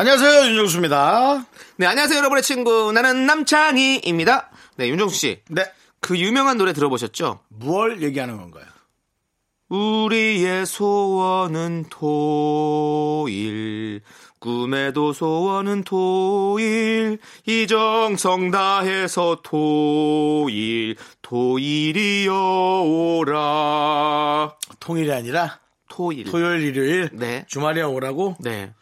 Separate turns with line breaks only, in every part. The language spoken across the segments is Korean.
안녕하세요 윤정수입니다.
네, 안녕하세요, 여러분의 친구. 나는 남창희입니다. 네, 윤정수 씨.
네,
그 유명한 노래 들어보셨죠?
무얼 얘기하는 건가요?
우리의 소원은 토일. 꿈에도 소원은 토일. 이정성 다해서 토일. 토일이여 오라.
통일이 아니라
토일.
토요일 일요일
네.
주말에 오라고
네.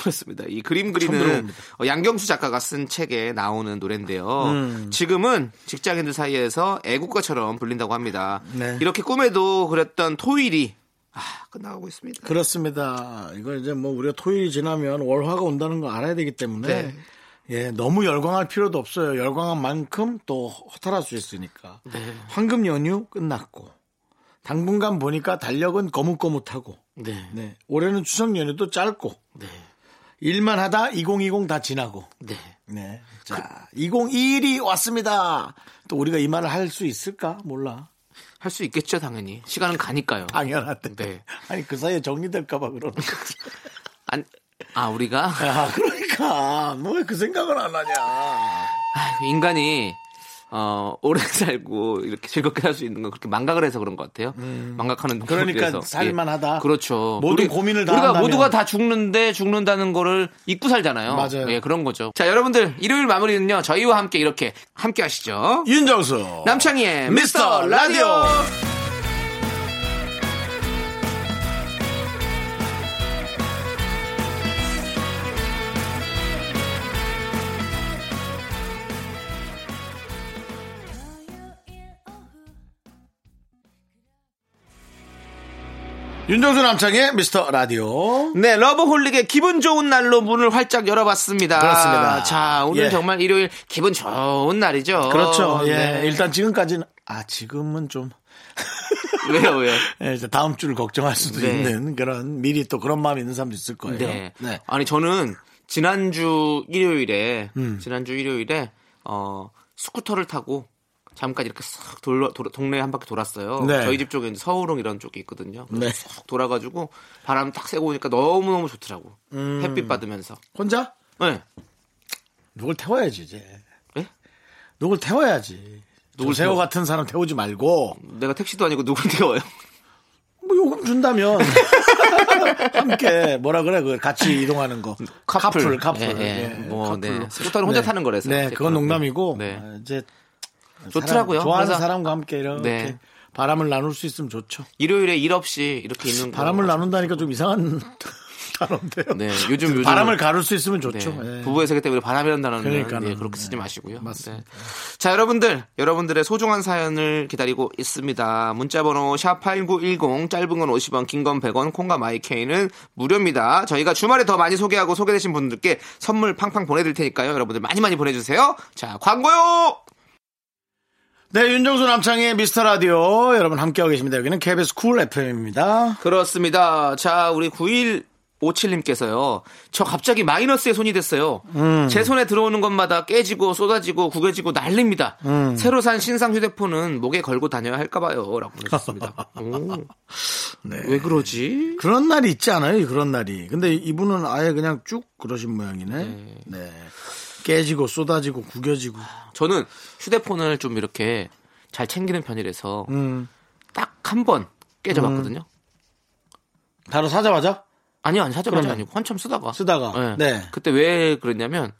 그렇습니다. 이 그림 그리는
들어봅니다.
어, 양경수 작가가 쓴 책에 나오는 노래인데요.
음.
지금은 직장인들 사이에서 애국가처럼 불린다고 합니다.
네.
이렇게 꿈에도 그렸던 토일이 아, 끝나가고 있습니다.
그렇습니다. 이걸 이제 뭐 우리가 토요일이 지나면 월화가 온다는 걸 알아야 되기 때문에
네.
예, 너무 열광할 필요도 없어요. 열광한 만큼 또 허탈할 수 있으니까.
네.
황금 연휴 끝났고 당분간 보니까 달력은 거뭇거뭇하고
네.
네, 올해는 추석 연휴도 짧고
네.
일만 하다 2020 다 지나고
네.
네. 자, 2021이 왔습니다. 또 우리가 이 말을 할 수 있을까? 몰라.
할 수 있겠죠, 당연히. 시간은 가니까요.
아. 당연한데.
네.
아니, 그 사이에 정리될까봐 그러는 거지.
안- 아, 우리가
아, 그러니까. 너 왜 그 생각을 안 하냐.
아휴, 인간이 어, 오래 살고 이렇게 즐겁게 살 수 있는 건 그렇게 망각을 해서 그런 것 같아요. 망각하는 동물에
그러니까
대해서. 예.
살만하다.
그렇죠.
모든 고민을 다
우리가
한다면.
모두가 다 죽는데 죽는다는 거를 잊고 살잖아요.
맞아요.
예, 그런 거죠. 자, 여러분들 일요일 마무리는요. 저희와 함께 이렇게 함께 하시죠.
윤정수.
남창희의
미스터
미스터 라디오.
라디오. 윤정수 남창의 미스터 라디오.
네, 러브홀릭의 기분 좋은 날로 문을 활짝 열어봤습니다.
그렇습니다.
자, 오늘
예.
정말 일요일 기분 좋은 날이죠.
그렇죠. 예.
네.
일단 지금까지는, 아, 지금은 좀.
왜요, 왜요?
예, 이제 다음 주를 걱정할 수도
네.
있는 그런 미리 또 그런 마음이 있는 사람도 있을 거예요.
네. 아니 저는 지난주 일요일에
음.
지난주 일요일에 어 스쿠터를 타고 잠깐 이렇게 싹 돌러 돌- 동네 한 바퀴 돌았어요.
네.
저희 집 쪽에 이제 서울홍 이런 쪽이 있거든요.
네.
싹 돌아가지고 바람 딱 쐬고 오니까 너무 너무 좋더라고.
음.
햇빛 받으면서.
혼자?
네.
누굴 태워야지, 이제.
예?
누굴 태워야지.
누굴
세호
태워? 음.
같은 사람 태우지 말고
내가 택시도 아니고 누굴 태워요?
뭐 요금 준다면 함께 뭐라 그래 그 같이 이동하는 거 카풀 카풀
예, 예.
예,
뭐,
카풀로.
네. 스쿠터는 혼자 타는 거라서.
네 그건 농담이고
네.
아, 이제
좋더라고요.
사람, 좋아하는
그래서-
사람과 함께 이렇게
네.
바람을 나눌 수 있으면 좋죠
일요일에 일 없이 이렇게 있는 거.
바람을 나눈다니까 좀 이상한 단어인데요
네, 요즘 요즘
바람을 가를 수 있으면
네.
좋죠 예.
부부의 세계 때문에 바람이란 단어는
그러니까는.
네, 그렇게 쓰지 마시고요.
맞습니다.
네. 자, 여러분들, 여러분들의 소중한 사연을 기다리고 있습니다. 문자번호 샵8910, 짧은 건 50원, 긴 건 100원, 콩과 마이케이는 무료입니다. 저희가 주말에 더 많이 소개하고 소개되신 분들께 선물 팡팡 보내드릴 테니까요. 여러분들 많이 많이 보내주세요. 자, 광고요!
네 윤정수 남창의 미스터 라디오 여러분 함께하고 계십니다 여기는 KBS 쿨 FM입니다
그렇습니다. 자, 우리 91 57님께서요. 저 갑자기 마이너스의 손이 됐어요. 제 손에 들어오는 것마다 깨지고 쏟아지고 구겨지고 난립니다. 새로 산 신상 휴대폰은 목에 걸고 다녀야 할까봐요. 라고 보내셨습니다.
네.
왜 그러지?
그런 날이 있지 않아요? 그런 날이. 근데 이분은 아예 그냥 쭉 그러신 모양이네. 네. 깨지고 쏟아지고 구겨지고.
저는 휴대폰을 좀 이렇게 잘 챙기는 편이라서 딱 한 번 깨져봤거든요.
바로 사자마자
아니요, 아니, 사자마자
그러면.
아니고 한참 쓰다가.
쓰다가. 네.
그때 왜 그랬냐면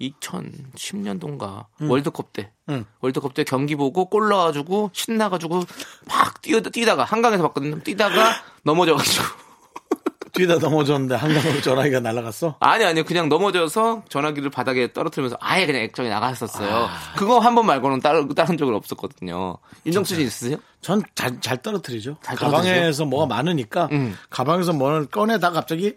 2010년도인가
음.
월드컵 때
응.
월드컵 때 경기 보고 골 넣어가지고 신나가지고 막 뛰어 뛰다가 한강에서 봤거든요. 뛰다가 넘어져가지고
뛰다 넘어졌는데 한강으로 전화기가 날아갔어.
아니 아니 그냥 넘어져서 전화기를 바닥에 떨어뜨리면서 아예 그냥 액정이 나갔었어요.
아.
그거 한 번 말고는 따로 다른 적은 없었거든요. 인정수 씨 있으세요?
전 잘 잘 떨어뜨리죠.
잘 음.
가방에서 뭐가 많으니까 가방에서 뭘 꺼내다 갑자기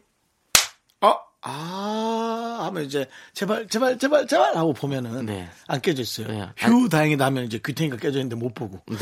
어? 아 하면 이제 제발 제발 제발 제발 하고 보면은
네.
안 깨져 있어요.
네.
휴 다행이다 하면 이제 귀탱이가 깨져 있는데 못 보고.
네.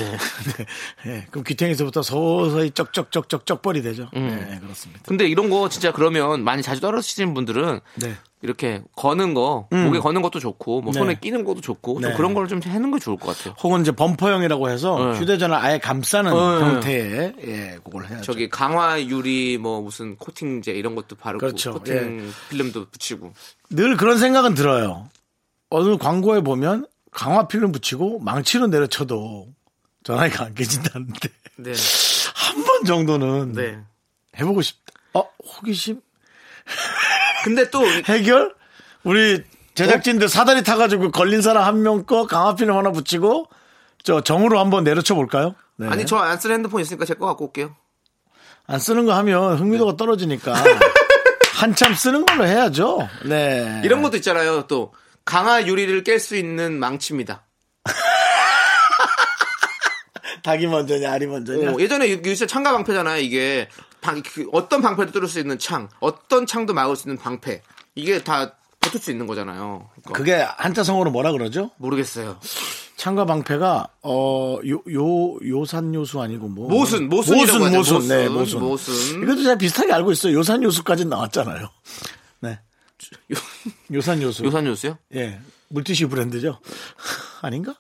네. 예, 그럼 귀탱이서부터 서서히 쩍쩍쩍쩍 쩍벌이 되죠.
음.
네, 그렇습니다.
근데 이런 거 진짜 그러면 많이 자주 떨어지시는 분들은
네. 음.
이렇게 거는 거 목에 거는 것도 좋고 뭐
네.
손에 끼는 것도 좋고 좀
네.
그런 걸 좀 하는 거 좋을 것 같아요.
혹은 이제 범퍼형이라고 해서
네.
휴대전화 아예 감싸는
네.
형태의 예, 그걸 해야죠.
저기 강화 유리 뭐 무슨 코팅제 이런 것도 바르고
그렇죠.
코팅 필름도 붙이고
늘 그런 생각은 들어요. 어느 광고에 보면 강화 필름 붙이고 망치로 내려쳐도 전화기가 안 깨진다는데
네.
한 번 정도는
네.
해보고 싶다. 어 호기심
근데 또
네. 해결 우리 제작진들 사다리 타가지고 그 걸린 사람 한 명 거 강화 필름 하나 붙이고 저 정으로 한번 내려쳐 볼까요? 네.
아니 저 안 쓰는 핸드폰 있으니까 제 거 갖고 올게요.
안 쓰는 거 하면 흥미도가
네.
떨어지니까 한참 쓰는 걸로 해야죠. 네
이런 것도 있잖아요. 또 강화 유리를 깰 수 있는 망치입니다.
닭이 먼저냐 알이 먼저냐
어, 예전에 유- 유리차 창가 방패잖아요. 이게 방- 그 어떤 방패도 뚫을 수 있는 창, 어떤 창도 막을 수 있는 방패. 이게 다 붙을 수 있는 거잖아요. 그러니까
그게 한자성어로 뭐라 그러죠?
모르겠어요.
창과 방패가 어, 어요요 요산 요수 아니고 뭐
모순, 모순이라고
모순
하죠.
모순
모순,
네 모순
모순.
이것도 제가 비슷하게 알고 있어요 요산 요수까지 나왔잖아요 네
요,
요산 요수
요산 요수요?
예 물티슈 브랜드죠 아닌가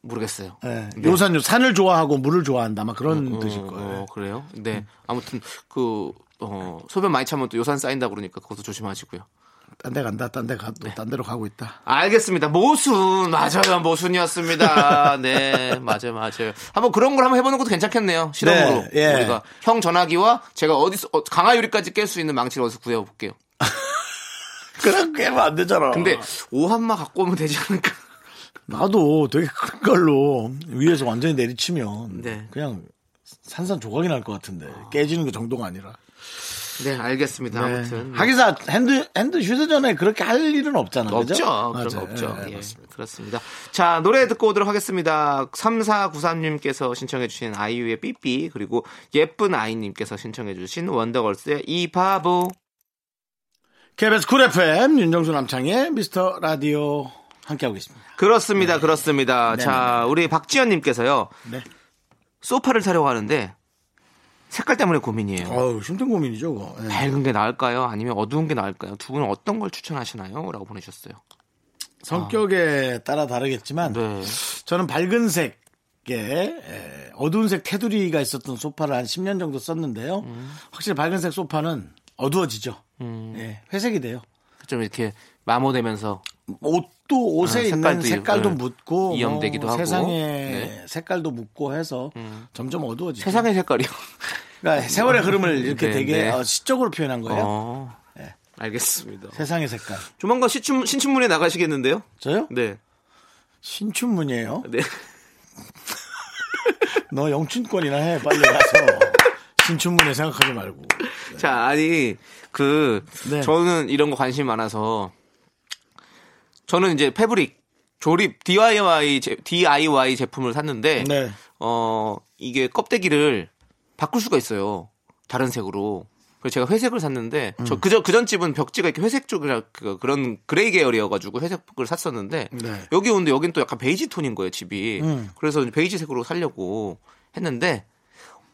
모르겠어요.
예
네.
요산 요 산을 좋아하고 물을 좋아한다 막 그런
어,
뜻일 음, 거예요 음.
어, 그래요? 네. 아무튼 그 어, 소변 많이 차면 또 요산 쌓인다 그러니까 그것도 조심하시고요.
딴 데 간다 딴 데 가또
네.
딴 데로 가고 있다
알겠습니다. 모순 맞아요. 모순이었습니다. 네, 맞아요, 맞아요. 한번 그런 걸 한번 해보는 것도 괜찮겠네요. 실험으로
네, 예.
우리가 형 전화기와 제가 어디서 어, 강화유리까지 깰 수 있는 망치를 어디서 구해볼게요.
그럼 꽤면안 되잖아
근데 오한마 갖고 오면 되지 않을까?
나도 되게 큰 걸로 위에서 완전히 내리치면
네. 아.
그냥 산산 조각이 날 것 같은데 깨지는 그 정도가 아니라
네, 알겠습니다. 아무튼 뭐
하기사 핸드 핸드 휴대전화에 그렇게 할 일은 없잖아.
음, 없죠.
그죠?
그런 거
맞아요.
없죠.
예,
예,
맞습니다.
그렇습니다. 자, 노래 듣고 오도록 하겠습니다. 3493님께서 신청해주신 아이유의 삐삐, 그리고 예쁜 아이님께서 신청해주신 원더걸스의 이 바보.
KBS 쿨 FM 윤정수 남창의 미스터 라디오 함께하고 있습니다.
그렇습니다. 그렇습니다. 자, 우리 박지연님께서요.
네.
소파를 사려고 하는데 색깔 때문에 고민이에요.
어우 힘든 고민이죠. 그거. 예.
밝은 게 나을까요? 아니면 어두운 게 나을까요? 두 분은 어떤 걸 추천하시나요? 라고 보내셨어요.
성격에 따라 다르겠지만
아. 네.
저는 밝은 색에 에, 어두운 색 테두리가 있었던 소파를 한 10년 정도 썼는데요.
음.
확실히 밝은색 소파는 어두워지죠. 예, 회색이 돼요.
좀 이렇게 마모되면서
옷도 옷에
아,
있는
색깔도
색깔도
이-
묻고 뭐
이염되기도 하고.
세상에
네. 음.
색깔도 묻고 해서 점점 어두워지죠.
세상의 색깔이요.
그러니까 세월의 흐름을 이렇게
네,
되게
네.
어, 시적으로 표현한 거예요.
어. 알겠습니다.
세상의 색깔.
조만간 시춘, 신춘문예 나가시겠는데요?
저요?
네.
신춘문이에요.
네.
너 영춘권이나 해 빨리 가서 신춘문예 생각하지 말고.
자, 아니, 그,
네.
저는 이런 거 관심이 많아서, 저는 이제 패브릭, 조립, DIY, 제, DIY 제품을 샀는데,
네.
어, 이게 껍데기를 바꿀 수가 있어요. 다른 색으로. 그래서 제가 회색을 샀는데, 저 그저 그전 집은 벽지가 이렇게 회색 쪽이라 그- 그런 그레이 계열이어가지고 회색을 샀었는데,
네.
여기 오는데 여긴 또 약간 베이지 톤인 거예요, 집이. 그래서 이제 베이지색으로 살려고 했는데,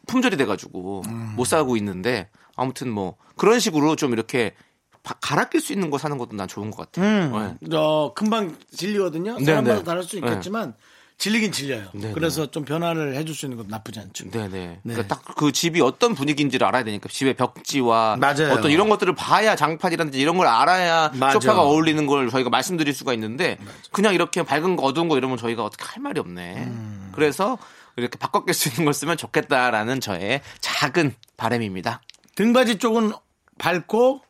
품절이 돼가지고 못 사고 있는데 아무튼 뭐 그런 식으로 좀 이렇게 바- 갈아 낄 수 있는 거 사는 것도 난 좋은 것 같아요. 네.
저 금방 질리거든요.
네,
사람마다
네.
다를 수
네.
있겠지만 질리긴 질려요.
네,
그래서 좀 변화를 해줄 수 있는 것도 나쁘지 않죠.
네네.
네.
그러니까 딱 그 집이 어떤 분위기인지를 알아야 되니까 집의 벽지와
맞아요.
어떤 이런 것들을 봐야 장판이라든지 이런 걸 알아야
맞아요.
소파가 어울리는 걸 저희가 말씀드릴 수가 있는데 그냥 이렇게 밝은 거 어두운 거 이러면 저희가 어떻게 할 말이 없네.
음.
그래서 이렇게 바꿔 낄 수 있는 걸 쓰면 좋겠다라는 저의 작은 바람입니다.
등받이 쪽은 밝고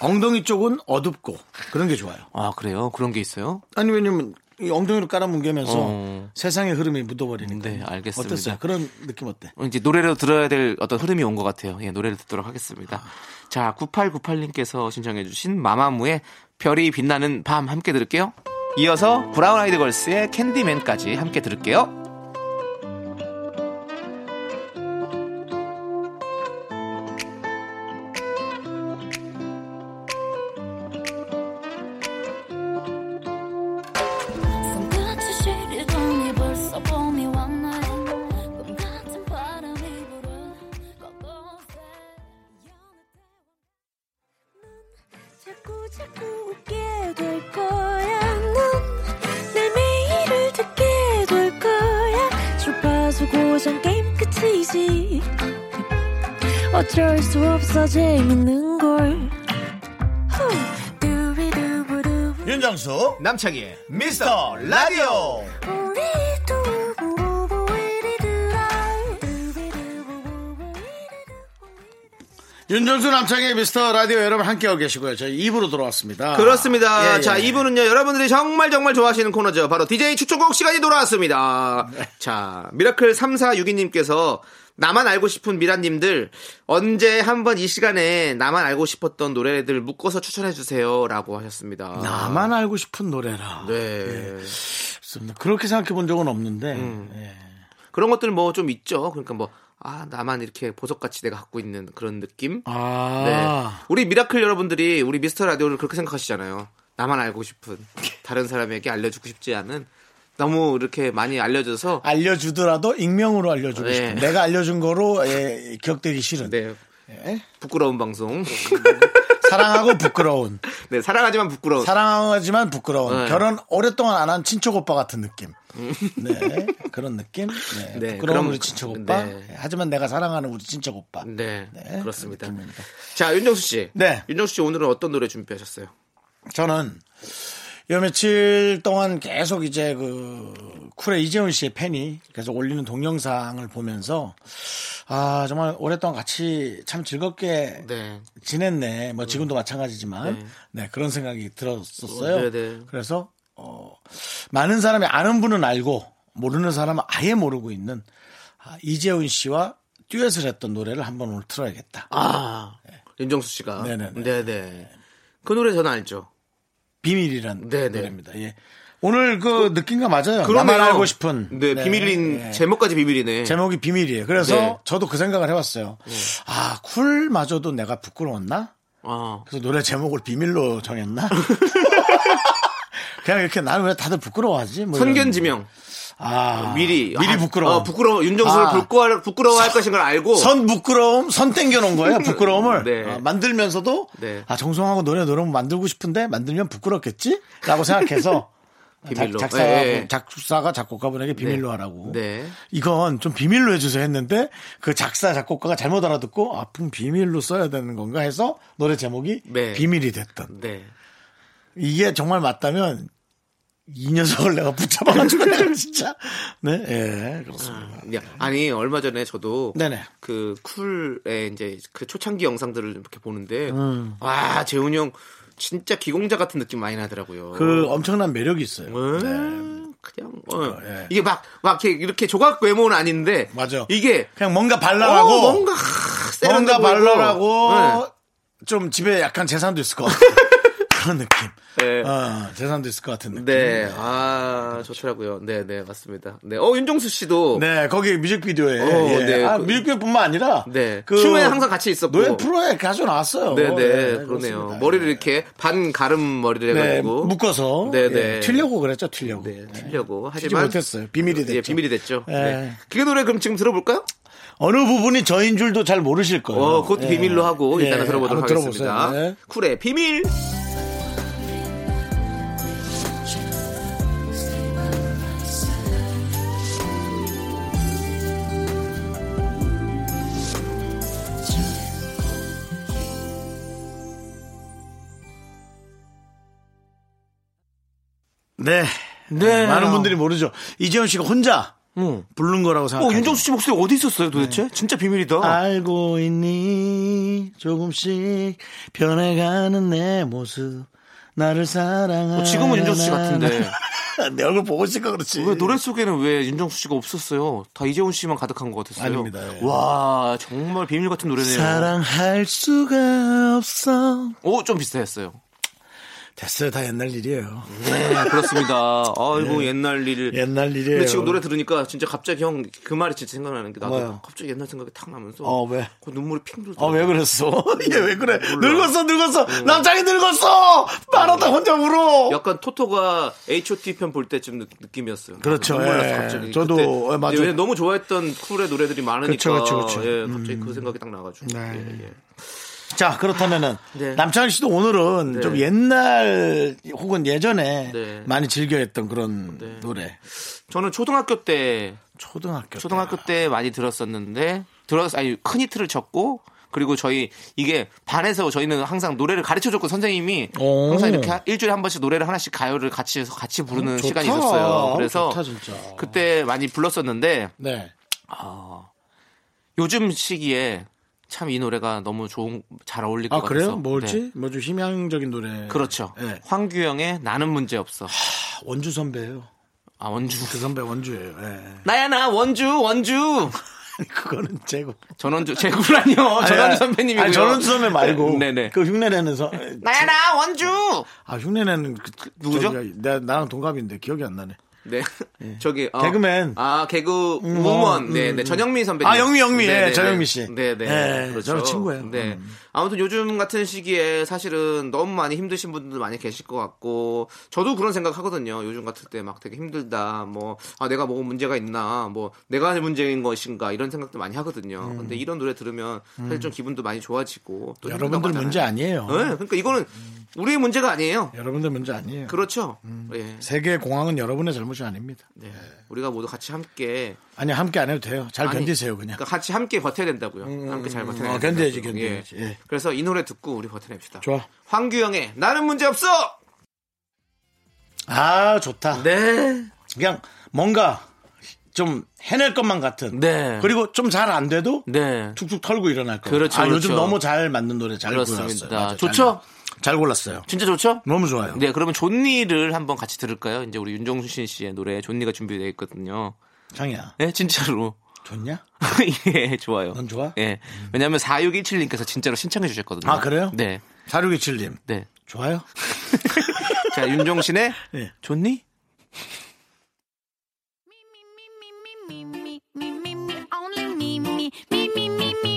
엉덩이 쪽은 어둡고 그런 게 좋아요.
아 그래요? 그런 게 있어요?
아니 왜냐면 이 엉덩이로 깔아뭉개면서
어.
세상의 흐름이 묻어버리니까.
네, 알겠습니다.
어땠어요? 그런 느낌 어때?
이제 노래로 들어야 될 어떤 흐름이 온 것 같아요. 예, 노래를 듣도록 하겠습니다. 자, 9898님께서 신청해주신 마마무의 별이 빛나는 밤 함께 들을게요. 이어서 브라운 아이드 걸스의 캔디맨까지 함께 들을게요.
점수 고전 게임 끝이지 어쩔 수 없어 재밌는 걸 후. 두비두부두.
윤정수 남창희의 미스터 라디오
우리 두부부부 우리들아. 두비두부부부 우리들아.
윤정수 남창의 미스터 라디오 여러분 함께하고 계시고요. 저희 입으로 돌아왔습니다.
그렇습니다.
예, 예.
자, 이분은요, 여러분들이 정말 정말 좋아하시는 코너죠. 바로 DJ 추천곡 시간이 돌아왔습니다. 자, 미라클 3462님께서 나만 알고 싶은 미라님들 언제 한번 이 시간에 나만 알고 싶었던 노래들 묶어서 추천해주세요. 라고 하셨습니다.
나만 알고 싶은 노래라.
네.
그렇습니다. 그렇게 생각해 본 적은 없는데.
음.
예.
그런 것들 뭐 좀 있죠. 그러니까 뭐, 아, 나만 이렇게 보석같이 내가 갖고 있는 그런 느낌?
아.
네. 우리 미라클 여러분들이 우리 미스터 라디오를 그렇게 생각하시잖아요. 나만 알고 싶은 다른 사람에게 알려주고 싶지 않은 너무 이렇게 많이 알려져서
알려주더라도 익명으로 알려주고
네.
싶은 내가 알려준 거로 예, 기억되기 싫은
네
예?
부끄러운 방송
사랑하고 부끄러운
네 사랑하지만 부끄러운
사랑하지만 부끄러운
네. 음.
결혼 오랫동안 안 한 친척 오빠 같은 느낌 네 그런 느낌 네,
네,
부끄러운
그럼-
우리 친척 오빠
네.
예, 하지만 내가 사랑하는 우리 친척 오빠
네,
네,
그렇습니다
그런 느낌입니다.
자 윤정수 씨
네.
윤정수 씨 오늘은 어떤 노래 준비하셨어요
저는 요 며칠 동안 계속 이제 그 쿨의 이재훈 씨의 팬이 계속 올리는 동영상을 보면서 아 정말 오랫동안 같이 참 즐겁게
네
지냈네. 뭐 지금도 마찬가지지만 네. 그런 생각이 들었었어요.
어, 네, 네.
그래서 어, 많은 사람이 아는 분은 알고 모르는 사람은 아예 모르고 있는 아, 이재훈 씨와 듀엣을 했던 노래를 한번 오늘 틀어야겠다.
아, 윤정수 씨가
네네네.
네네. 그 노래 저는 알죠
비밀이란
네, 네.
노래입니다. 예. 오늘 그 느낌과 맞아요. 나만
그러네요.
알고 싶은
네,
네.
비밀인 제목까지 비밀이네
제목이 비밀이에요. 그래서
네.
저도 그 생각을 해봤어요. 아 쿨마저도 내가 부끄러웠나?
아,
그래서 노래 제목을 비밀로 정했나? 그냥 이렇게 나는 왜 다들 부끄러워하지? 뭐 이런.
선견지명
아,
미리
미리
아,
부끄러워.
어, 부끄러워 윤정수를
아.
부끄러워 부끄러워할 것인 걸 알고
선 부끄러움, 선 땡겨놓은 거예요, 부끄러움을.
네.
아, 만들면서도,
네.
아, 정성하고 노래 노래 만들고 싶은데, 만들면 부끄럽겠지? 라고 생각해서,
비밀로.
작,
예, 예.
사가 작곡가분에게 비밀로 하라고.
네.
이건 좀 비밀로 해주세요 했는데, 그 작사, 작곡가가 잘못 알아듣고, 아, 그 비밀로 써야 되는 건가 해서, 노래 제목이
네.
비밀이 됐던.
네.
이게 정말 맞다면, 이 녀석을 내가 붙잡아가지고, 내가 진짜. 네, 예, 그렇습니다.
야, 아니 얼마 전에 저도
네네.
그 쿨의 이제 그 초창기 영상들을 이렇게 보는데
음.
와 재훈이 형 진짜 기공자 같은 느낌 많이 나더라고요.
그 엄청난 매력이 있어요.
음, 그냥 어.
예.
이게 막 막 이렇게, 이렇게 조각 외모는 아닌데
맞아.
이게
그냥 뭔가
어,
발랄하고
뭔가
뭔가
세련돼 보이고. 네.
발랄하고 좀 집에 약간 재산도 있을 것 같은 그런 느낌.
네.
어, 재산도 있을 것 같은 느낌.
네, 아 좋더라고요. 네, 네 맞습니다. 네, 어 윤종수 씨도
네, 거기 뮤직비디오에
어,
예.
네,
아,
그-
뮤직비디오뿐만 아니라 그
네. 춤에 항상 같이 있었고.
노래 프로에 가져 나왔어요.
네, 네, 그러네요.
그렇습니다.
머리를 이렇게 반 가름 머리를
네,
해가지고
묶어서
네,
예,
네.
튀려고 그랬죠, 튀려고.
네, 틀려고
튀지
하지만
못했어요. 비밀이 됐죠.
예, 비밀이 됐죠.
예.
네. 그게 노래 그럼 지금 들어볼까요?
어느 부분이 저인 줄도 잘 모르실 거예요.
어, 그것도
예.
비밀로 하고
예,
일단은 들어보도록
한번
하겠습니다.
들어보세요. 네.
쿨의 비밀.
네.
네.
많은 분들이 모르죠. 이재훈 씨가 혼자 부른 거라고 생각해요.
씨 목소리 어디 있었어요
아,
도대체?
네.
진짜 비밀이다.
알고 있니 조금씩 변해가는 내 모습 나를 사랑하
어, 지금은 윤정수 씨 같은데
내 얼굴 보고 있을까 그렇지
왜 노래 속에는 왜 윤정수 씨가 없었어요? 다 이재훈 씨만 가득한 것 같았어요.
아닙니다, 예.
와 정말 비밀 같은 노래네요.
사랑할 수가 없어
오, 좀 비슷했어요.
됐어요 다 옛날 일이에요
네, 그렇습니다. 아이고, 옛날 일.
네. 옛날 일이에요
근데 지금 노래 들으니까 진짜 갑자기 형 그 말이 진짜 생각나는 게 나도
뭐요?
갑자기 옛날 생각이 탁 나면서
어, 왜? 아,
그 눈물이 핑 돌더라고요.
어왜 그랬어 얘 왜 그래
몰라.
늙었어 늙었어 남자이 늙었어 말하다 혼자 울어
약간 토토가 H.O.T 편 볼 때쯤 느- 느낌이었어요.
그렇죠.
눈물 나서
예.
갑자기.
저도,
그때
예, 맞아요.
왜냐면 너무 좋아했던 쿨의 노래들이 많으니까.
그쵸, 그쵸, 그쵸.
예, 갑자기 그 생각이 딱 나가지고.
네.
예, 예.
자 그렇다면은
네.
남창희 씨도 오늘은
네.
좀 옛날 혹은 예전에
네.
많이 즐겨했던 그런 노래
저는 초등학교 때
초등학교
초등학교 때 많이 들었었는데 들었 아니 큰 히트를 쳤고 그리고 저희 이게 반에서 저희는 항상 노래를 가르쳐 줬고 선생님이
오.
항상 이렇게 하- 일주일에 한 번씩 노래를 하나씩 가요를 같이 해서 같이 부르는
음, 좋다.
시간이 있었어요.
아우,
그래서
좋다, 진짜.
그때 많이 불렀었는데
네
요즘 시기에 참 이 노래가 너무 좋은 잘 어울릴 것
아 그래요
같아서.
뭘지
네.
뭐 좀 희망적인 노래
그렇죠.
네.
황규영의 나는 문제 없어.
원주 선배예요
아 원주.
그 선배 원주예요 예.
나야 나 원주 원주.
그거는 제고
전원주 제구라니요. 아, 전원주 선배님이고요.
아니, 전원주 선배 말고
네네.
그 흉내내는 선
나야 나 원주.
아 흉내내는 그,
누구죠?
저기, 나, 나랑 동갑인데 기억이 안 나네
네. 저기 어.
개그맨.
아 개그
음,
우먼.
음,
네, 네.
음.
전영미 선배님.
아, 영미, 영미.
네,
예,
네,
전영미
네.
씨.
네, 네.
예, 저랑 친구예요.
네.
음.
아무튼 요즘 같은 시기에 사실은 너무 많이 힘드신 분들 많이 계실 것 같고 저도 그런 생각 하거든요. 요즘 같을 때 막 되게 힘들다. 뭐 아, 내가 뭐 문제가 있나. 뭐 내가 문제인 것인가 이런 생각도 많이 하거든요. 근데 이런 노래 들으면 사실 좀 기분도 많이 좋아지고 또
음. 여러분들
힘들다고
문제 아니에요 음.
하잖아요. 네, 그러니까 이거는 우리의 문제가 아니에요.
여러분들 문제 아니에요
그렇죠.
음.
예.
세계 공항은 여러분의 잘못이 아닙니다
네. 우리가 모두 같이 함께
아니 함께 안 해도 돼요 잘
아니,
견디세요 그냥
그러니까 같이 함께 버텨야 음, 된다고요. 함께 잘 버텨야
어,
된다고요.
견뎌야지, 견뎌야지. 예.
그래서 이 노래 듣고 우리 버텨냅시다.
좋아
황규영의 나는 문제 없어.
아 좋다
네.
그냥 뭔가 좀 해낼 것만 같은
네.
그리고 좀 잘 안 돼도
네.
툭툭 털고 일어날 거.
그렇죠,
아, 요즘
그렇죠.
너무 잘 맞는 노래 잘
그렇습니다.
골랐어요. 맞아요.
좋죠?
잘, 잘 골랐어요.
진짜 좋죠?
너무 좋아요.
네, 그러면 존니를 한번 같이 들을까요? 이제 우리 윤종신 씨의 노래 존니가 준비되어 있거든요.
장이야.
네, 진짜로.
좋냐?
예, 좋아요.
넌 좋아?
예. 왜냐면 4617님께서 진짜로 신청해 주셨거든요.
아, 그래요?
네.
4627님.
네.
좋아요?
자, 윤종신의
예.
존니?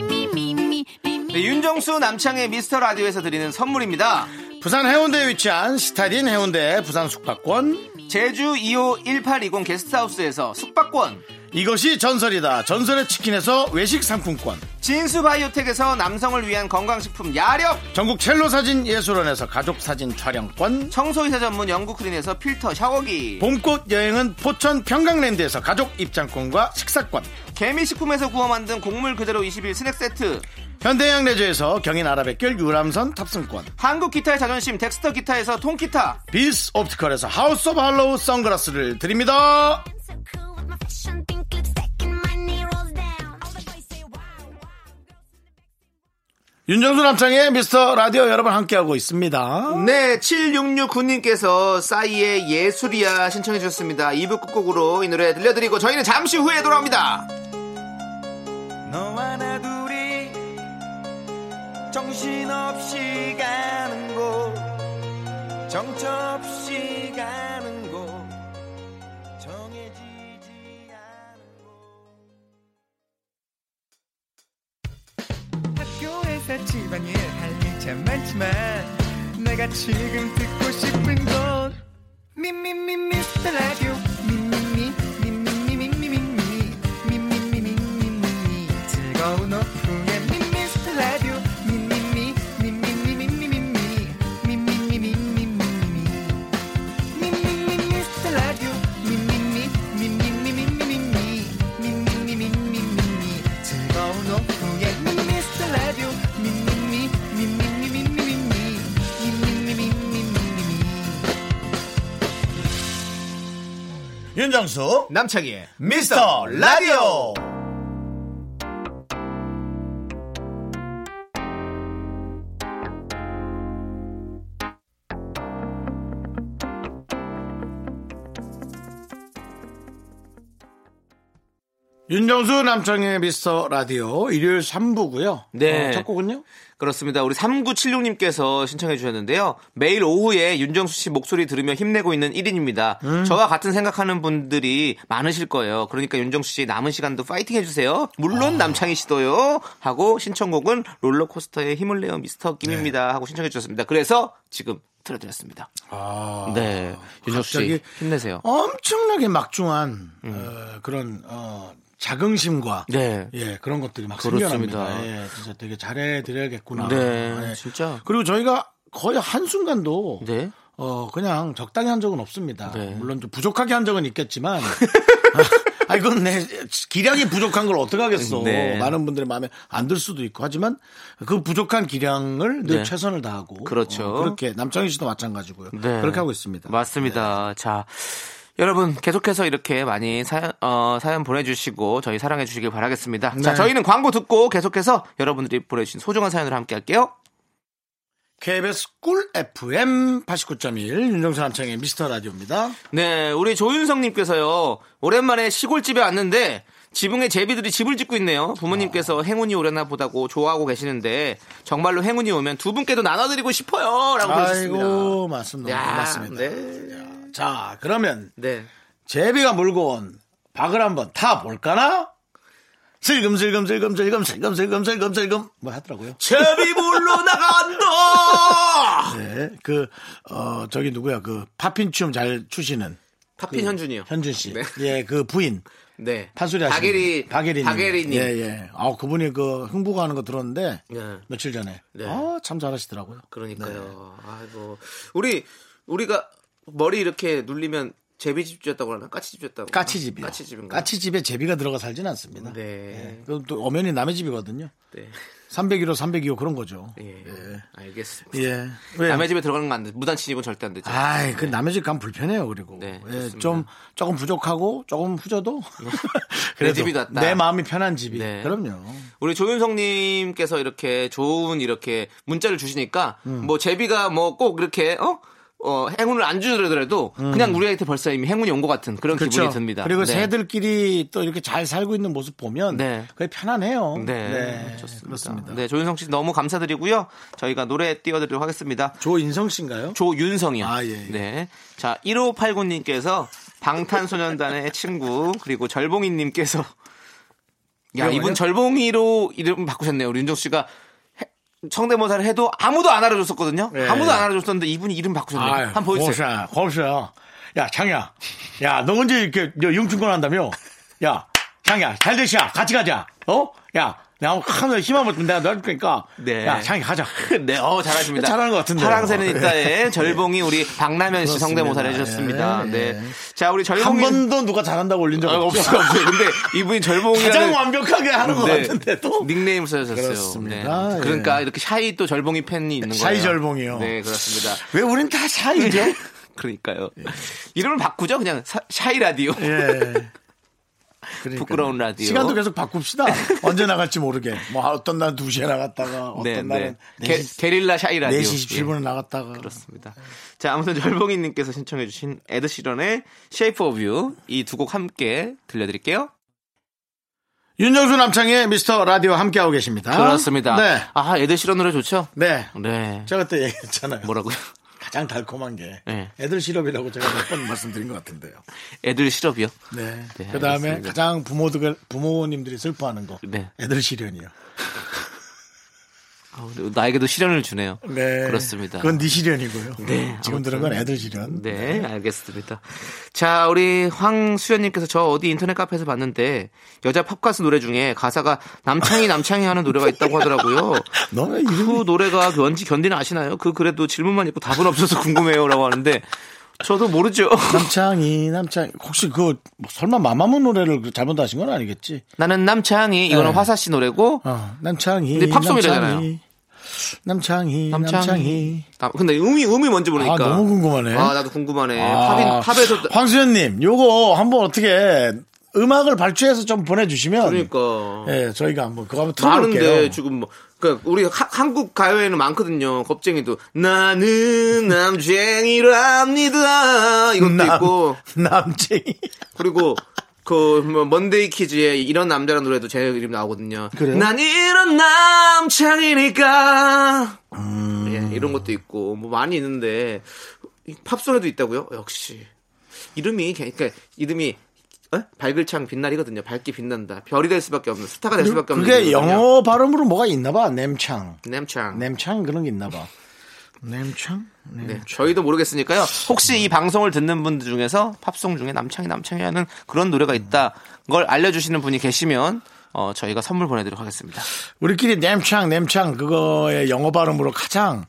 네, 윤정수 남창의 미스터 라디오에서 드리는 선물입니다.
부산 해운대에 위치한 스타딘 해운대 부산 숙박권.
제주 2호 1820 게스트하우스에서 숙박권,
이것이 전설이다. 전설의 치킨에서 외식 상품권.
진수 바이오텍에서 남성을 위한 건강식품 야력,
전국 첼로 사진 예술원에서 가족 사진 촬영권.
청소이사 전문 영국 크린에서 필터 샤워기,
봄꽃 여행은 포천 평강랜드에서 가족 입장권과 식사권.
개미식품에서 구워 만든 곡물 그대로 21 스낵 세트,
현대양 레저에서 경인 아라뱃길 유람선 탑승권.
한국 기타의 자존심 덱스터 기타에서 통기타,
비스 옵티컬에서 하우스 오브 할로우 선글라스를 드립니다. 윤정수 남창의 미스터 라디오 여러분 함께하고 있습니다.
네, 7669님께서 싸이의 예술이야 신청해 주셨습니다. 2부 끝곡으로 이 노래 들려드리고 저희는 잠시 후에 돌아옵니다.
너와 나 둘이 정신없이 가는 곳 정처없이 가는 곳 정해지지 않은
학교에서 집안일 할 일 참 많지만 내가 지금 듣고 싶은 건 미미미 미스터 라디오 미미미 미미미 미미미 미미미 미미미 즐거운 오후에 미스터 라디오 미미미 미미미 미미미 미미미 미미미
윤정수 남창희의 미스터 라디오
윤정수 남창의 미스터 라디오 일요일 3부고요. 어,
네.
첫 곡은요?
그렇습니다. 우리 3976님께서 신청해 주셨는데요. 매일 오후에 윤정수 씨 목소리 들으며 힘내고 있는 1인입니다. 저와 같은 생각하는 분들이 많으실 거예요. 그러니까 윤정수 씨 남은 시간도 파이팅 해주세요. 물론 남창희 씨도요. 하고 신청곡은 롤러코스터의 힘을 내어 미스터 김입니다. 하고 신청해 주셨습니다. 그래서 지금 틀어드렸습니다. 네. 윤정수 씨 어.
갑자기
힘내세요.
엄청나게 막중한 어, 그런 어, 자긍심과
네.
예, 그런 것들이 막
그렇습니다.
생겨납니다. 예, 진짜 되게 잘해 드려야겠고 됐구나.
네,
예.
진짜.
그리고 저희가 거의 한순간도
네.
어, 그냥 적당히 한 적은 없습니다.
네.
물론 좀 부족하게 한 적은 있겠지만. 아, 이건 내 기량이 부족한 걸 어떡하겠어.
네.
많은 분들의 마음에 안 들 수도 있고. 하지만 그 부족한 기량을 늘
네.
최선을 다하고.
그렇죠.
어, 그렇게. 남창희 씨도 마찬가지고요.
네.
그렇게 하고 있습니다. 네.
맞습니다. 자, 여러분 계속해서 이렇게 많이 사연, 어, 사연 보내주시고 저희 사랑해 주시길 바라겠습니다. 자,
네.
저희는 광고 듣고 계속해서 여러분들이 보내주신 소중한 사연으로 함께 할게요.
KBS 꿀 FM 89.1 윤정수 남창의 미스터 라디오입니다.
네, 우리 조윤성님께서요. 오랜만에 시골집에 왔는데 지붕에 제비들이 집을 짓고 있네요.
아.
부모님께서 행운이 오려나 보다고 좋아하고 계시는데 정말로 행운이 오면 두 분께도 나눠드리고 싶어요라고 그러셨습니다.
아이고 맞습니다.
야,
맞습니다.
네.
야, 자 그러면
네.
제비가 물고 온 박을 한번 타 볼까나? 슬금 슬금 슬금 슬금 슬금 슬금 슬금 슬금 뭐 하더라고요.
제비 불러 나간다.
네, 그어 저기 누구야 그 파핀 춤 잘 추시는
파핀 현준이요.
현준 씨,
네.
예 그 부인
네.
판소리 하시는
박예리
박예리
박예리님.
예예. 아 그분이 그 흥부가하는 거 들었는데
네.
며칠 전에
네.
아참 잘하시더라고요. 네.
그러니까요. 아이고 우리 우리가 머리 이렇게 눌리면 제비집이었다고 하나? 까치집이었다고? 하나?
까치집이요.
까치집인가?
까치집에 제비가 들어가 살진 않습니다.
네.
예, 그건 또 엄연히 남의 집이거든요.
네.
301호, 302호 그런 거죠.
예. 알겠습니다.
예. 왜?
남의 집에 들어가는 건 안 돼. 무단 침입은 절대 안 되죠.
아이, 그 남의 집 가면 불편해요, 그리고.
네,
예,
좋습니다. 네.
좀, 조금 부족하고, 조금 후져도.
내 집이 낫다.
내 마음이 편한 집이.
네.
그럼요.
우리 조윤성님께서 이렇게 좋은 이렇게 문자를 주시니까
음.
뭐 제비가 뭐 꼭 이렇게 어? 어, 행운을 안 주더라도 그냥 우리한테 벌써 이미 행운이 온 것 같은 그런 기분이 듭니다.
음. 그렇죠. 그리고
네.
새들끼리 또 이렇게 잘 살고 있는 모습 보면.
네.
그게 편안해요.
네,
좋습니다.
좋습니다.
그렇습니다.
네, 조윤성 씨 너무 감사드리고요. 저희가 노래 띄워드리도록 하겠습니다.
조인성 씨인가요?
조윤성이요.
아, 예, 예.
네. 자, 1589님께서 방탄소년단의 친구, 그리고 절봉이님께서 야,
뭐예요?
이분 절봉이로 이름 바꾸셨네요. 우리 윤정 씨가 해- 성대모사를 해도 아무도 안 알아줬었거든요.
예.
아무도 안 알아줬었는데 이분이 이름 바꾸셨네요.
아유,
한번 보여주세요.
고수야, 고수야. 야, 창야. 야, 너 언제 이렇게 너 융충권 한다며? 야, 창야, 잘 되시야. 같이 가자. 어? 야, 내가 한번 힘 한번 좀 내가 넣을 거니까.
네.
야, 창이 가자.
네, 어, 잘하십니다.
잘하는 것 같은데요. 예. 어,
파랑새는 있다에 절봉이 우리 박라면 씨 성대모사를
그렇습니다.
해주셨습니다.
예,
네. 자, 우리
한
절봉이.
번도 누가 잘한다고 올린 적
아,
없죠?
없어요, 없어요. 근데 이분이 절봉이라는. 네,
가장 완벽하게 하는 것 같은데도.
닉네임을 써주셨어요.
그렇습니다.
네.
예.
그러니까 이렇게 샤이 또 절봉이 팬이 있는 거예요.
샤이 절봉이요.
네, 그렇습니다. 네,
왜 우린 다 샤이죠?
그러니까요. 이름을 바꾸죠. 그냥 사- 샤이 라디오.
예.
부끄러운 라디오.
시간도 계속 바꿉시다. 언제 나갈지 모르게. 뭐 어떤 날 2시에 나갔다가 어떤
네, 네.
날은 4시,
게, 게릴라 샤이 라디오.
4시 17분에
예,
나갔다가.
그렇습니다. 자, 아무튼 절봉이님께서 신청해주신 에드시런의 Shape of You 이 두 곡 함께 들려드릴게요.
윤정수 남창의 미스터 라디오 함께하고 계십니다.
그렇습니다.
네.
아, 에드시런 노래 좋죠?
네.
네.
제가 그때 얘기했잖아요.
뭐라고요?
가장 달콤한 게
네.
애들 시럽이라고 제가 몇 번 말씀드린 것 같은데요.
애들 시럽이요?
네.
네,
그 다음에
알겠습니다.
가장 부모들, 부모님들이 슬퍼하는 거.
네.
애들 시련이요.
아, 나에게도 시련을 주네요.
네.
그렇습니다.
그건 네 시련이고요. 지금
아무튼.
들은 건 애들 시련.
네, 알겠습니다. 자, 우리 황수연님께서 저 어디 인터넷 카페에서 봤는데 여자 팝가수 노래 중에 가사가 남창이 남창이 하는 노래가 있다고 하더라고요.
너왜
그
이름이
노래가 뭔지 견디는 아시나요? 그 그래도 질문만 있고 답은 없어서 궁금해요라고 하는데 저도 모르죠.
남창이 남창 혹시 그뭐 설마 마마무 노래를 그 잘못 아신 건 아니겠지?
나는 남창이 이거는
네.
화사 씨 노래고
어, 남창이
근데 팝송이라잖아요.
남창이, 남창이
남창이.
남창이
아, 근데 음이 음이 뭔지 모르니까.
아, 너무 궁금하네.
아, 나도 궁금하네.
아,
팝인 팝에서
황수현님 요거 한번 어떻게 음악을 발췌해서 좀 보내주시면
그러니까
예 저희가 한번 그거 한번
많은데
틀어볼게요.
지금 뭐 그러니까 우리 하- 한국 가요에는 많거든요. 겁쟁이도 나는 남쟁이랍니다. 이것도
남-
있고
남쟁이
그리고 그뭐 먼데이 키즈의 이런 남자라는 노래도 제 이름 나오거든요.
그래요?
난 이런 남창이니까
음.
예, 이런 것도 있고 뭐 많이 있는데 이 팝송에도 있다고요? 역시 이름이 개- 그러니까 이름이 어? 밝을창 빛날이거든요. 밝게 빛난다. 별이 될 수밖에 없는 스타가 될 수밖에 없는
그게
이름이거든요.
영어 발음으로 뭐가 있나봐 냄창
냄창.
냄창 그런 게 있나봐 냄창
네, 저희도 모르겠으니까요. 혹시 이 방송을 듣는 분들 중에서 팝송 중에 남창이 남창이 하는 그런 노래가 있다 걸 알려주시는 분이 계시면 어, 저희가 선물 보내드리도록 하겠습니다.
우리끼리 냄창 냄창 그거의 영어 발음으로 가장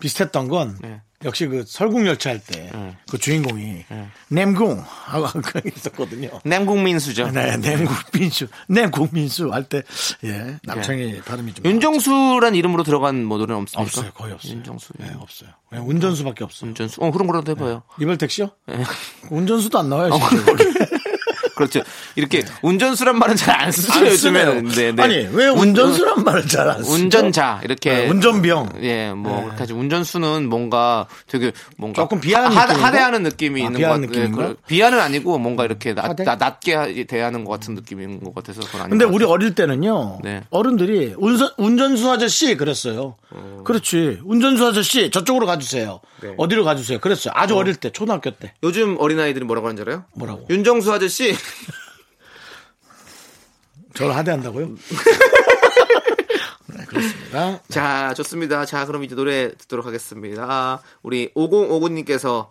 비슷했던 건
네.
역시 그 설국열차 할 때 그 주인공이
네.
냄궁 하고 한거 있었거든요.
냉국민수죠.
네, 냉국민수, 냉국민수 할 때, 예, 남창희 발음이 좀.
윤정수란 이름으로 들어간 뭐 노래는 없습니까?
없어요, 거의 없어요.
윤정수.
네, 없어요. 그냥 운전수밖에 없어요.
윤정수. 어, 그런 거라도 해봐요.
이발택시요?
예.
운전수도 안 나와요,
어,
진짜.
그렇죠. 이렇게 운전수란 말은 잘 안 쓰죠,
네. 안 쓰네요.
요즘에는. 네, 네.
아니, 왜 운전수란 말을 잘 안 쓰죠?
운전자 이렇게
네, 운전병.
예, 뭐 그렇게 하지. 운전수는 뭔가 되게 뭔가
네. 조금 비하하는
하,
느낌인가?
대하는 느낌이
아,
있는
비하하는
것 같아요.
느낌인가?
그- 비하는 아니고 뭔가 이렇게 낮,
하대?
나- 낮게 하- 대하는 것 같은 느낌인 것 같아서 그건 아닌
근데
것
우리
같아요.
어릴 때는요,
네.
어른들이 운전, 운전수 아저씨 그랬어요. 그렇지. 운전수 아저씨 저쪽으로 가주세요.
네.
어디로 가주세요. 그랬어요. 아주 어. 릴 때, 초등학교 때.
요즘 어린 아이들이 뭐라고 하는 줄 알아요?
뭐라고?
윤정수 아저씨
저를 하대한다고요? 네, 그렇습니다.
자, 좋습니다. 자, 그럼 이제 노래 듣도록 하겠습니다. 우리 5059님께서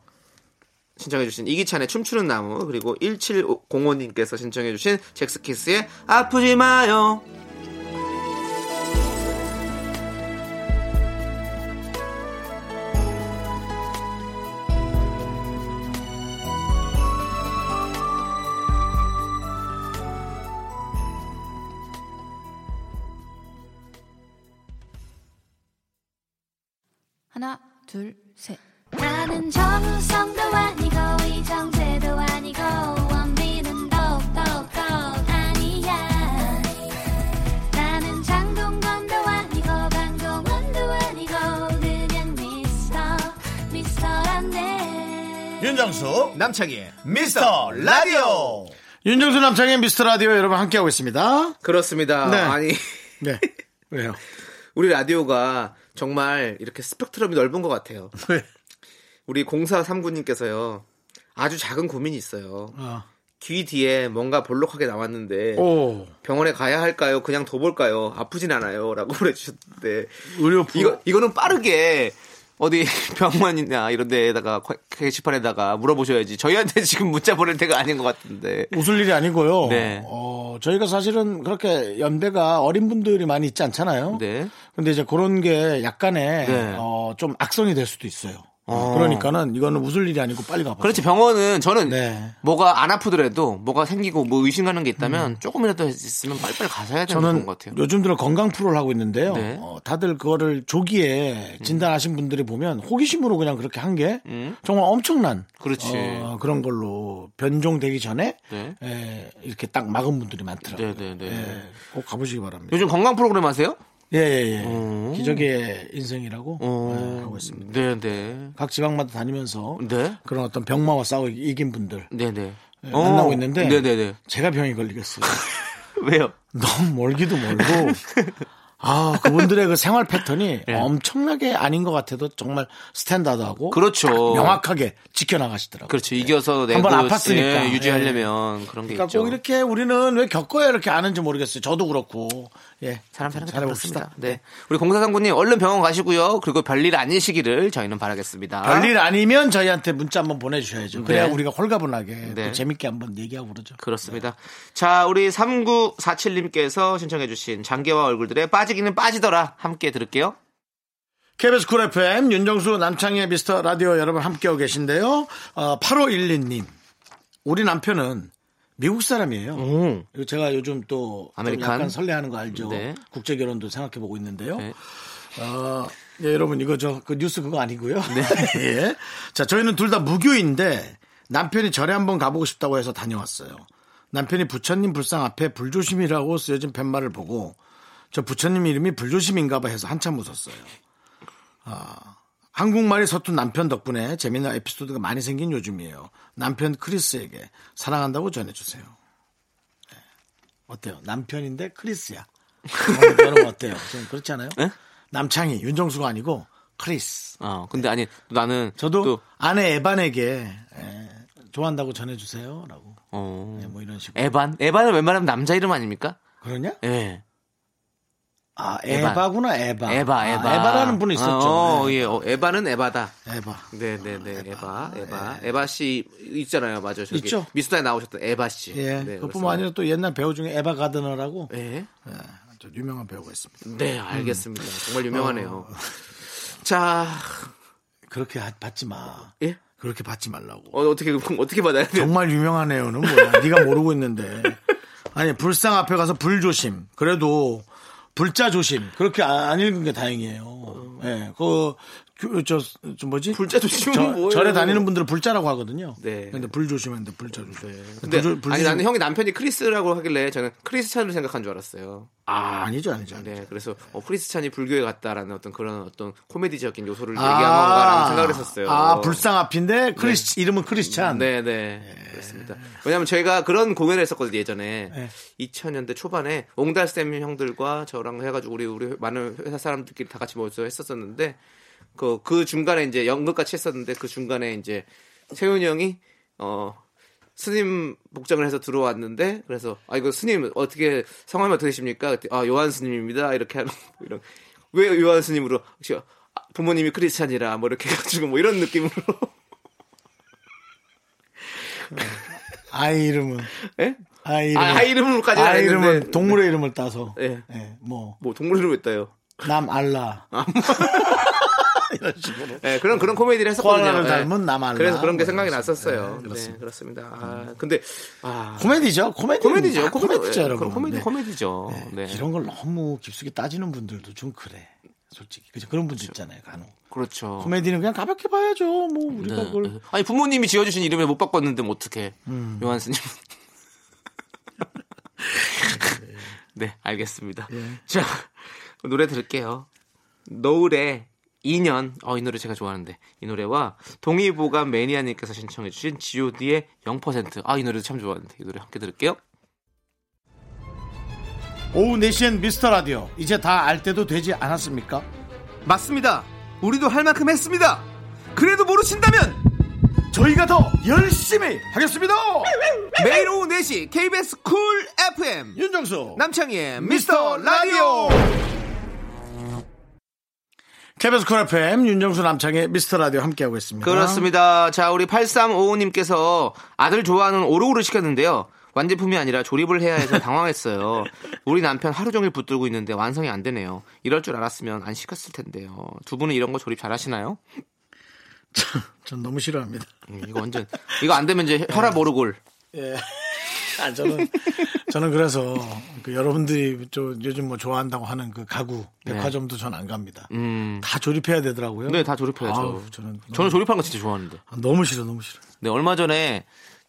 신청해주신 이기찬의 춤추는 나무, 그리고 1705님께서 신청해주신 잭스키스의 아프지 마요.
하나, 둘, 셋.
나는 정우성도 아니고 이정재도 아니고 원빈은 더욱더 아니야 나는 장동건도 아니고 강동원도 아니고 그냥 미스터 미스터란데
윤정수 남창희의 미스터 라디오
윤정수 남창의 미스터 라디오 여러분 함께하고 있습니다.
그렇습니다.
네.
아니,
네. 왜요?
우리 라디오가 정말 이렇게 스펙트럼이 넓은 것 같아요.
왜?
우리 0439님께서요, 아주 작은 고민이 있어요.
어.
귀 뒤에 뭔가 볼록하게 나왔는데,
오.
병원에 가야 할까요? 그냥 둬볼까요? 아프진 않아요. 라고 보내주셨는데.
의료 프로-
이거, 이거는 빠르게 어디 병원이나 이런 데에다가 게- 게시판에다가 물어보셔야지. 저희한테 지금 문자 보낼 때가 아닌 것 같은데.
웃을 일이 아니고요.
네.
어, 저희가 사실은 그렇게 연배가 어린 분들이 많이 있지 않잖아요.
네.
근데 이제 그런 게 약간의
네.
어, 좀 악성이 될 수도 있어요.
어.
그러니까는 이거는 웃을 일이 아니고 빨리 가봐.
그렇지 병원은 저는
네.
뭐가 안 아프더라도 뭐가 생기고 뭐 의심가는 게 있다면 조금이라도 있으면 빨리빨리 가셔야
음.
되는
저는
것 같아요.
요즘 들어 건강 프로를 하고 있는데요.
네.
어, 다들 그거를 조기에 진단하신 분들이 보면 호기심으로 그냥 그렇게 한 게 정말 엄청난
음. 그렇지. 음.
어, 그런 걸로 변종되기 전에
네.
에, 이렇게 딱 막은 분들이 많더라고요.
네네네.
예, 꼭 가보시기 바랍니다.
요즘 어. 건강 프로그램 하세요?
예예예. 기적의 인생이라고 네, 하고 있습니다.
네네.
각 지방마다 다니면서
어. 네.
그런 어떤 병마와 싸워 이긴 분들
네네.
예, 만나고 있는데
네네네.
제가 병이 걸리겠어요.
왜요?
너무 멀기도 멀고 아 그분들의 그 생활 패턴이
예.
엄청나게 아닌 것 같아도 정말 스탠다드하고
그렇죠.
딱 명확하게 지켜나가시더라고요.
그렇죠. 이겨서
네. 한
내고
번 아팠으니까.
예, 유지하려면 그런 게
그러니까
있죠.
꼭 이렇게 우리는 왜 겪어야 이렇게 아는지 모르겠어요. 저도 그렇고 예
사람 사는 게다
잘해봅시다.
그렇습니다. 네. 우리 공사상군님 얼른 병원 가시고요. 그리고 별일 아니시기를 저희는 바라겠습니다.
별일 아니면 저희한테 문자 한번 보내주셔야죠. 그래야
네.
우리가 홀가분하게
네.
또 재밌게 한번 얘기하고 그러죠.
그렇습니다. 자, 우리 3947님께서 신청해주신 장기와 얼굴들의 빠지기는 빠지더라 함께 들을게요.
KBS 쿨 FM 윤정수 남창희의 미스터 라디오 여러분 함께하고 계신데요. 어, 8512님 우리 남편은 미국 사람이에요. 이거 제가 요즘 또아
음. 아메리칸?
약간 설레하는 거 알죠.
네.
국제 결혼도 생각해 보고 있는데요.
네.
어, 네, 여러분 이거 저 그 뉴스 그거 아니고요.
네.
예. 자 저희는 둘 다 무교인데 남편이 절에 한번 가보고 싶다고 해서 다녀왔어요. 남편이 부처님 불상 앞에 불조심이라고 쓰여진 팻말을 보고 저 부처님 이름이 불조심인가봐 해서 한참 웃었어요. 아, 한국말이 서툰 남편 덕분에 재미난 에피소드가 많이 생긴 요즘이에요. 남편 크리스에게 사랑한다고 전해주세요. 네. 어때요? 남편인데 크리스야. 여러분, 여러분 어때요? 좀 그렇지 않아요?
네?
남창희, 윤정수가 아니고 크리스.
어, 근데 아니, 나는.
저도
또,
아내 에반에게 예, 좋아한다고 전해주세요. 라고.
어,
예, 뭐 이런 식으로.
에반? 에반은 웬만하면 남자 이름 아닙니까?
그러냐?
예.
아,
에반.
에바구나, 에바.
예. 에바, 에바.
아, 에바라는 분이 있었죠.
어, 어,
네.
예. 어, 에바는 에바다.
에바.
네, 네, 네. 에바, 에바. 에바 씨 있잖아요. 맞아요. 저기
있죠?
미스터에 나오셨던 에바 씨.
예.
네,
그뿐만 아니라 또 옛날 배우 중에 에바 가드너라고
그렇습니다. 예.
또 유명한 배우가 있습니다.
네, 알겠습니다.
음.
정말
어.
유명하네요. 자,
그렇게 하- 받지 마.
예?
그렇게 받지 말라고.
어, 어떻게 그럼 어떻게 받아야 돼요?
정말 유명하네요는 뭐야? 네가 모르고 있는데. 아니 불상 앞에 가서 불 조심. 그래도 불자 조심. 그렇게 아- 안 읽은 게 다행이에요. 예, 그저저 뭐지?
불자 조심은
저-
뭐예요?
절에 다니는 분들은 불자라고 하거든요.
네.
근데 불 조심했는데 불자 조심.
근데
불 조- 불
아니
조심-
나는 형이 남편이 크리스라고 하길래 저는 크리스찬을 생각한 줄 알았어요.
아, 아니죠, 아니죠. 아니죠.
네, 그래서 어, 크리스찬이 불교에 갔다라는 어떤 그런 어떤 코미디적인 요소를
아,
얘기한 건가라는 생각을 했었어요.
아, 불상 앞인데 크리스 이름은 크리스찬.
네, 네. 그렇습니다. 왜냐면 저희가 그런 공연을 했었거든요, 예전에.
네.
2000년대 초반에 옹달쌤 형들과 저랑 해가지고 우리, 우리 많은 회사 사람들끼리 다 같이 모여서 했었었는데 그, 그 중간에 이제 연극같이 했었는데 그 중간에 이제 세윤이 형이 어, 스님 복장을 해서 들어왔는데 그래서 아 이거 스님 어떻게 성함이 어떻게 되십니까? 그랬더니, 아 요한 스님입니다 이렇게 하는 거, 이런 왜 요한 스님으로 혹시 아, 부모님이 크리스찬이라 뭐 이렇게 해가지고 뭐 이런 느낌으로
아이 이름은
예?
아이 이름.
아, 아이 이름으로까지는
아이
안
이름은
했는데.
동물의 이름을 따서
예.
예, 뭐
뭐 동물 이름 했다요.
남 알라.
예, 그런 그런 코미디를 했었거든요.
코알라를
예.
닮은 남알라.
그래서 그런 게
뭐
생각이
이런 식으로.
났었어요.
예,
네,
그렇습니다.
그렇습니다. 아, 근데 아,
코미디죠. 코미디.
코미디죠.
코미디죠,
예,
여러분.
그럼 코미디
네.
코미디죠. 네.
이런 걸 너무 깊숙이 따지는 분들도 좀 그래. 솔직히. 그죠? 그런 분들 있잖아요, 간혹.
그렇죠.
코미디는 그냥 가볍게 봐야죠. 뭐 우리가
네.
그걸
아니 부모님이 지어주신 이름에 못 바꿨는데 뭐 어떻게 요한 스님. 네, 알겠습니다. 자 노래 들을게요. 노을의 2년. 어, 이 노래 제가 좋아하는데 이 노래와 동의보감 매니아님께서 신청해주신 G.O.D의 0%. 아, 이 노래도 참 좋아하는데 이 노래 함께 들을게요.
오후 4시엔 미스터 라디오. 이제 다 알 때도 되지 않았습니까?
맞습니다. 우리도 할 만큼 했습니다. 그래도 모르신다면 저희가 더 열심히
하겠습니다.
매일 오후 4시 KBS 쿨 FM
윤정수.
남창희의 미스터 라디오
KBS 쿨 FM 윤정수 남창의 미스터 라디오 함께하고 있습니다.
그렇습니다. 자, 우리 8355님께서 아들 좋아하는 오로오를 시켰는데요. 완제품이 아니라 조립을 해야 해서 당황했어요. 우리 남편 하루 종일 붙들고 있는데 완성이 안 되네요. 이럴 줄 알았으면 안 시켰을 텐데요. 두 분은 이런 거 조립 잘 하시나요?
전 너무 싫어합니다.
음, 이거 완전 이거 안 되면 이제 혈압 오르골.
아, 저는 저는 그래서 그 여러분들이 저 요즘 뭐 좋아한다고 하는 그 가구 백화점도 전 안 갑니다.
네. 음.
다 조립해야 되더라고요.
네, 다 조립해야죠.
아우, 저는 너무,
저는 조립하는 거 진짜 좋아하는데.
아, 너무 싫어, 너무 싫어.
네, 얼마 전에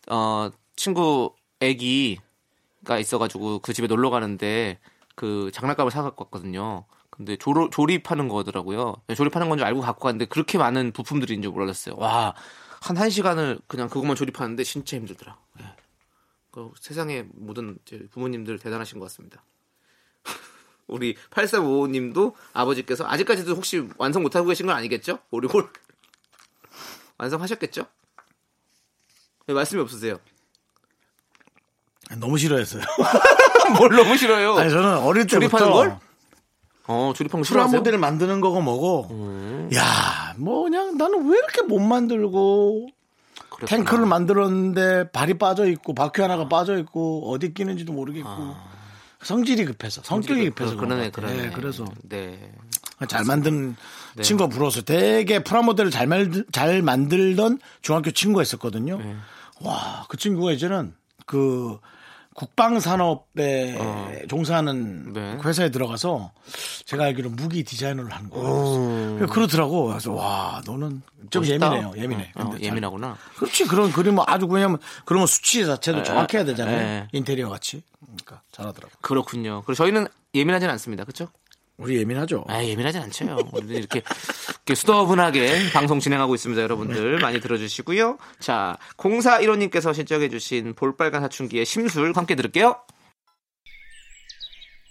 어 친구 애기가 있어가지고 그 집에 놀러 가는데 그 장난감을 사 갖고 왔거든요. 근데 조로, 조립하는 거더라고요. 네, 조립하는 건 줄 알고 갖고 갔는데 그렇게 많은 부품들인 줄 몰랐어요. 와, 한 1시간을 그냥 그것만 조립하는데 진짜 힘들더라. 예. 그 세상의 모든 이제 부모님들 대단하신 것 같습니다. 우리 8455님도 아버지께서 아직까지도 혹시 완성 못하고 계신 건 아니겠죠? 오리골 완성하셨겠죠? 네, 말씀이 없으세요.
너무 싫어했어요.
뭘 너무 싫어요.
아니 저는 어릴 때부터
조립하는 걸? 어, 조립한 거 싫어하세요?
프라모델을 만드는 거고 뭐고.
음.
야, 뭐 그냥 나는 왜 이렇게 못 만들고
그렇구나. 아.
탱크를 만들었는데 발이 빠져 있고 바퀴 하나가 빠져 있고 어디 끼는지도 모르겠고 성질이 급해서 성격이 급해서 그런
그러네,
것 같아요.
그러네.
예, 그래서
네.
잘 만든 친구가 부러워서 되게 프라모델을 잘, 말, 잘 만들던 중학교 친구가 있었거든요.
네.
와, 그 친구가 이제는 그 국방산업에 종사하는
어.
그
네.
회사에 들어가서 제가 알기로 무기 디자이너를 하는 거예요. 그러더라고. 그래서 와, 너는 좀
멋있다.
예민해요. 예민해.
어, 어,
근데 잘-
예민하구나.
그렇지. 그런 그림은 아주 왜냐면 그러면 수치 자체도 정확해야 되잖아요.
에.
인테리어 같이. 그러니까 잘하더라고.
그렇군요. 그리고 저희는 예민하진 않습니다. 그렇죠?
우리 예민하죠.
아, 예민하진 않죠. 우리는 이렇게, 이렇게 수더분하게 방송 진행하고 있습니다.
네.
여러분들 많이 들어주시고요. 자, 공사 1호님께서 신청해주신 볼빨간 사춘기의 심술 함께 들을게요.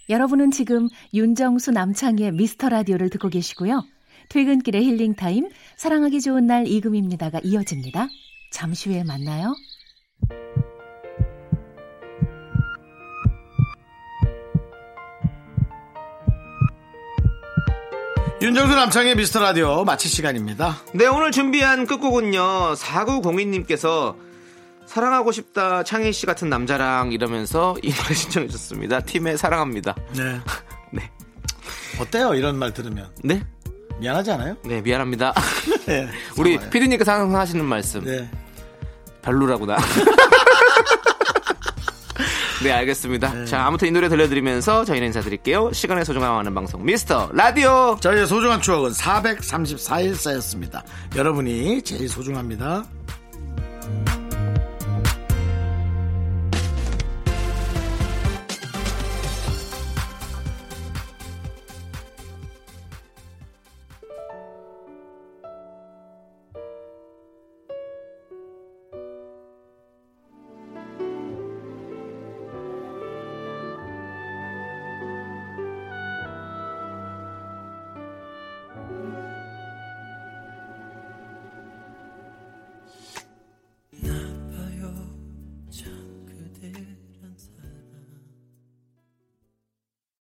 여러분은 지금 윤정수 남창희의 미스터 라디오를 듣고 계시고요. 퇴근길의 힐링 타임, 사랑하기 좋은 날 이금입니다가 이어집니다. 잠시 후에 만나요.
윤정수 남창의 미스터 라디오 마칠 시간입니다.
네, 오늘 준비한 끝곡은요. 4902님께서 사랑하고 싶다 창희 씨 같은 남자랑 이러면서 이 노래 신청해 주셨습니다. 팀의 사랑합니다.
네.
네.
어때요? 이런 말 들으면.
네?
미안하지 않아요?
네, 미안합니다.
네.
우리
사과해요.
피디님께서 항상 하시는 말씀.
네.
별로라구나. 네, 알겠습니다. 자, 아무튼 이 노래 들려드리면서 저희는 인사드릴게요. 시간의 소중함 하는 방송, 미스터 라디오!
저희의 소중한 추억은 434일 쌓였습니다. 여러분이 제일 소중합니다.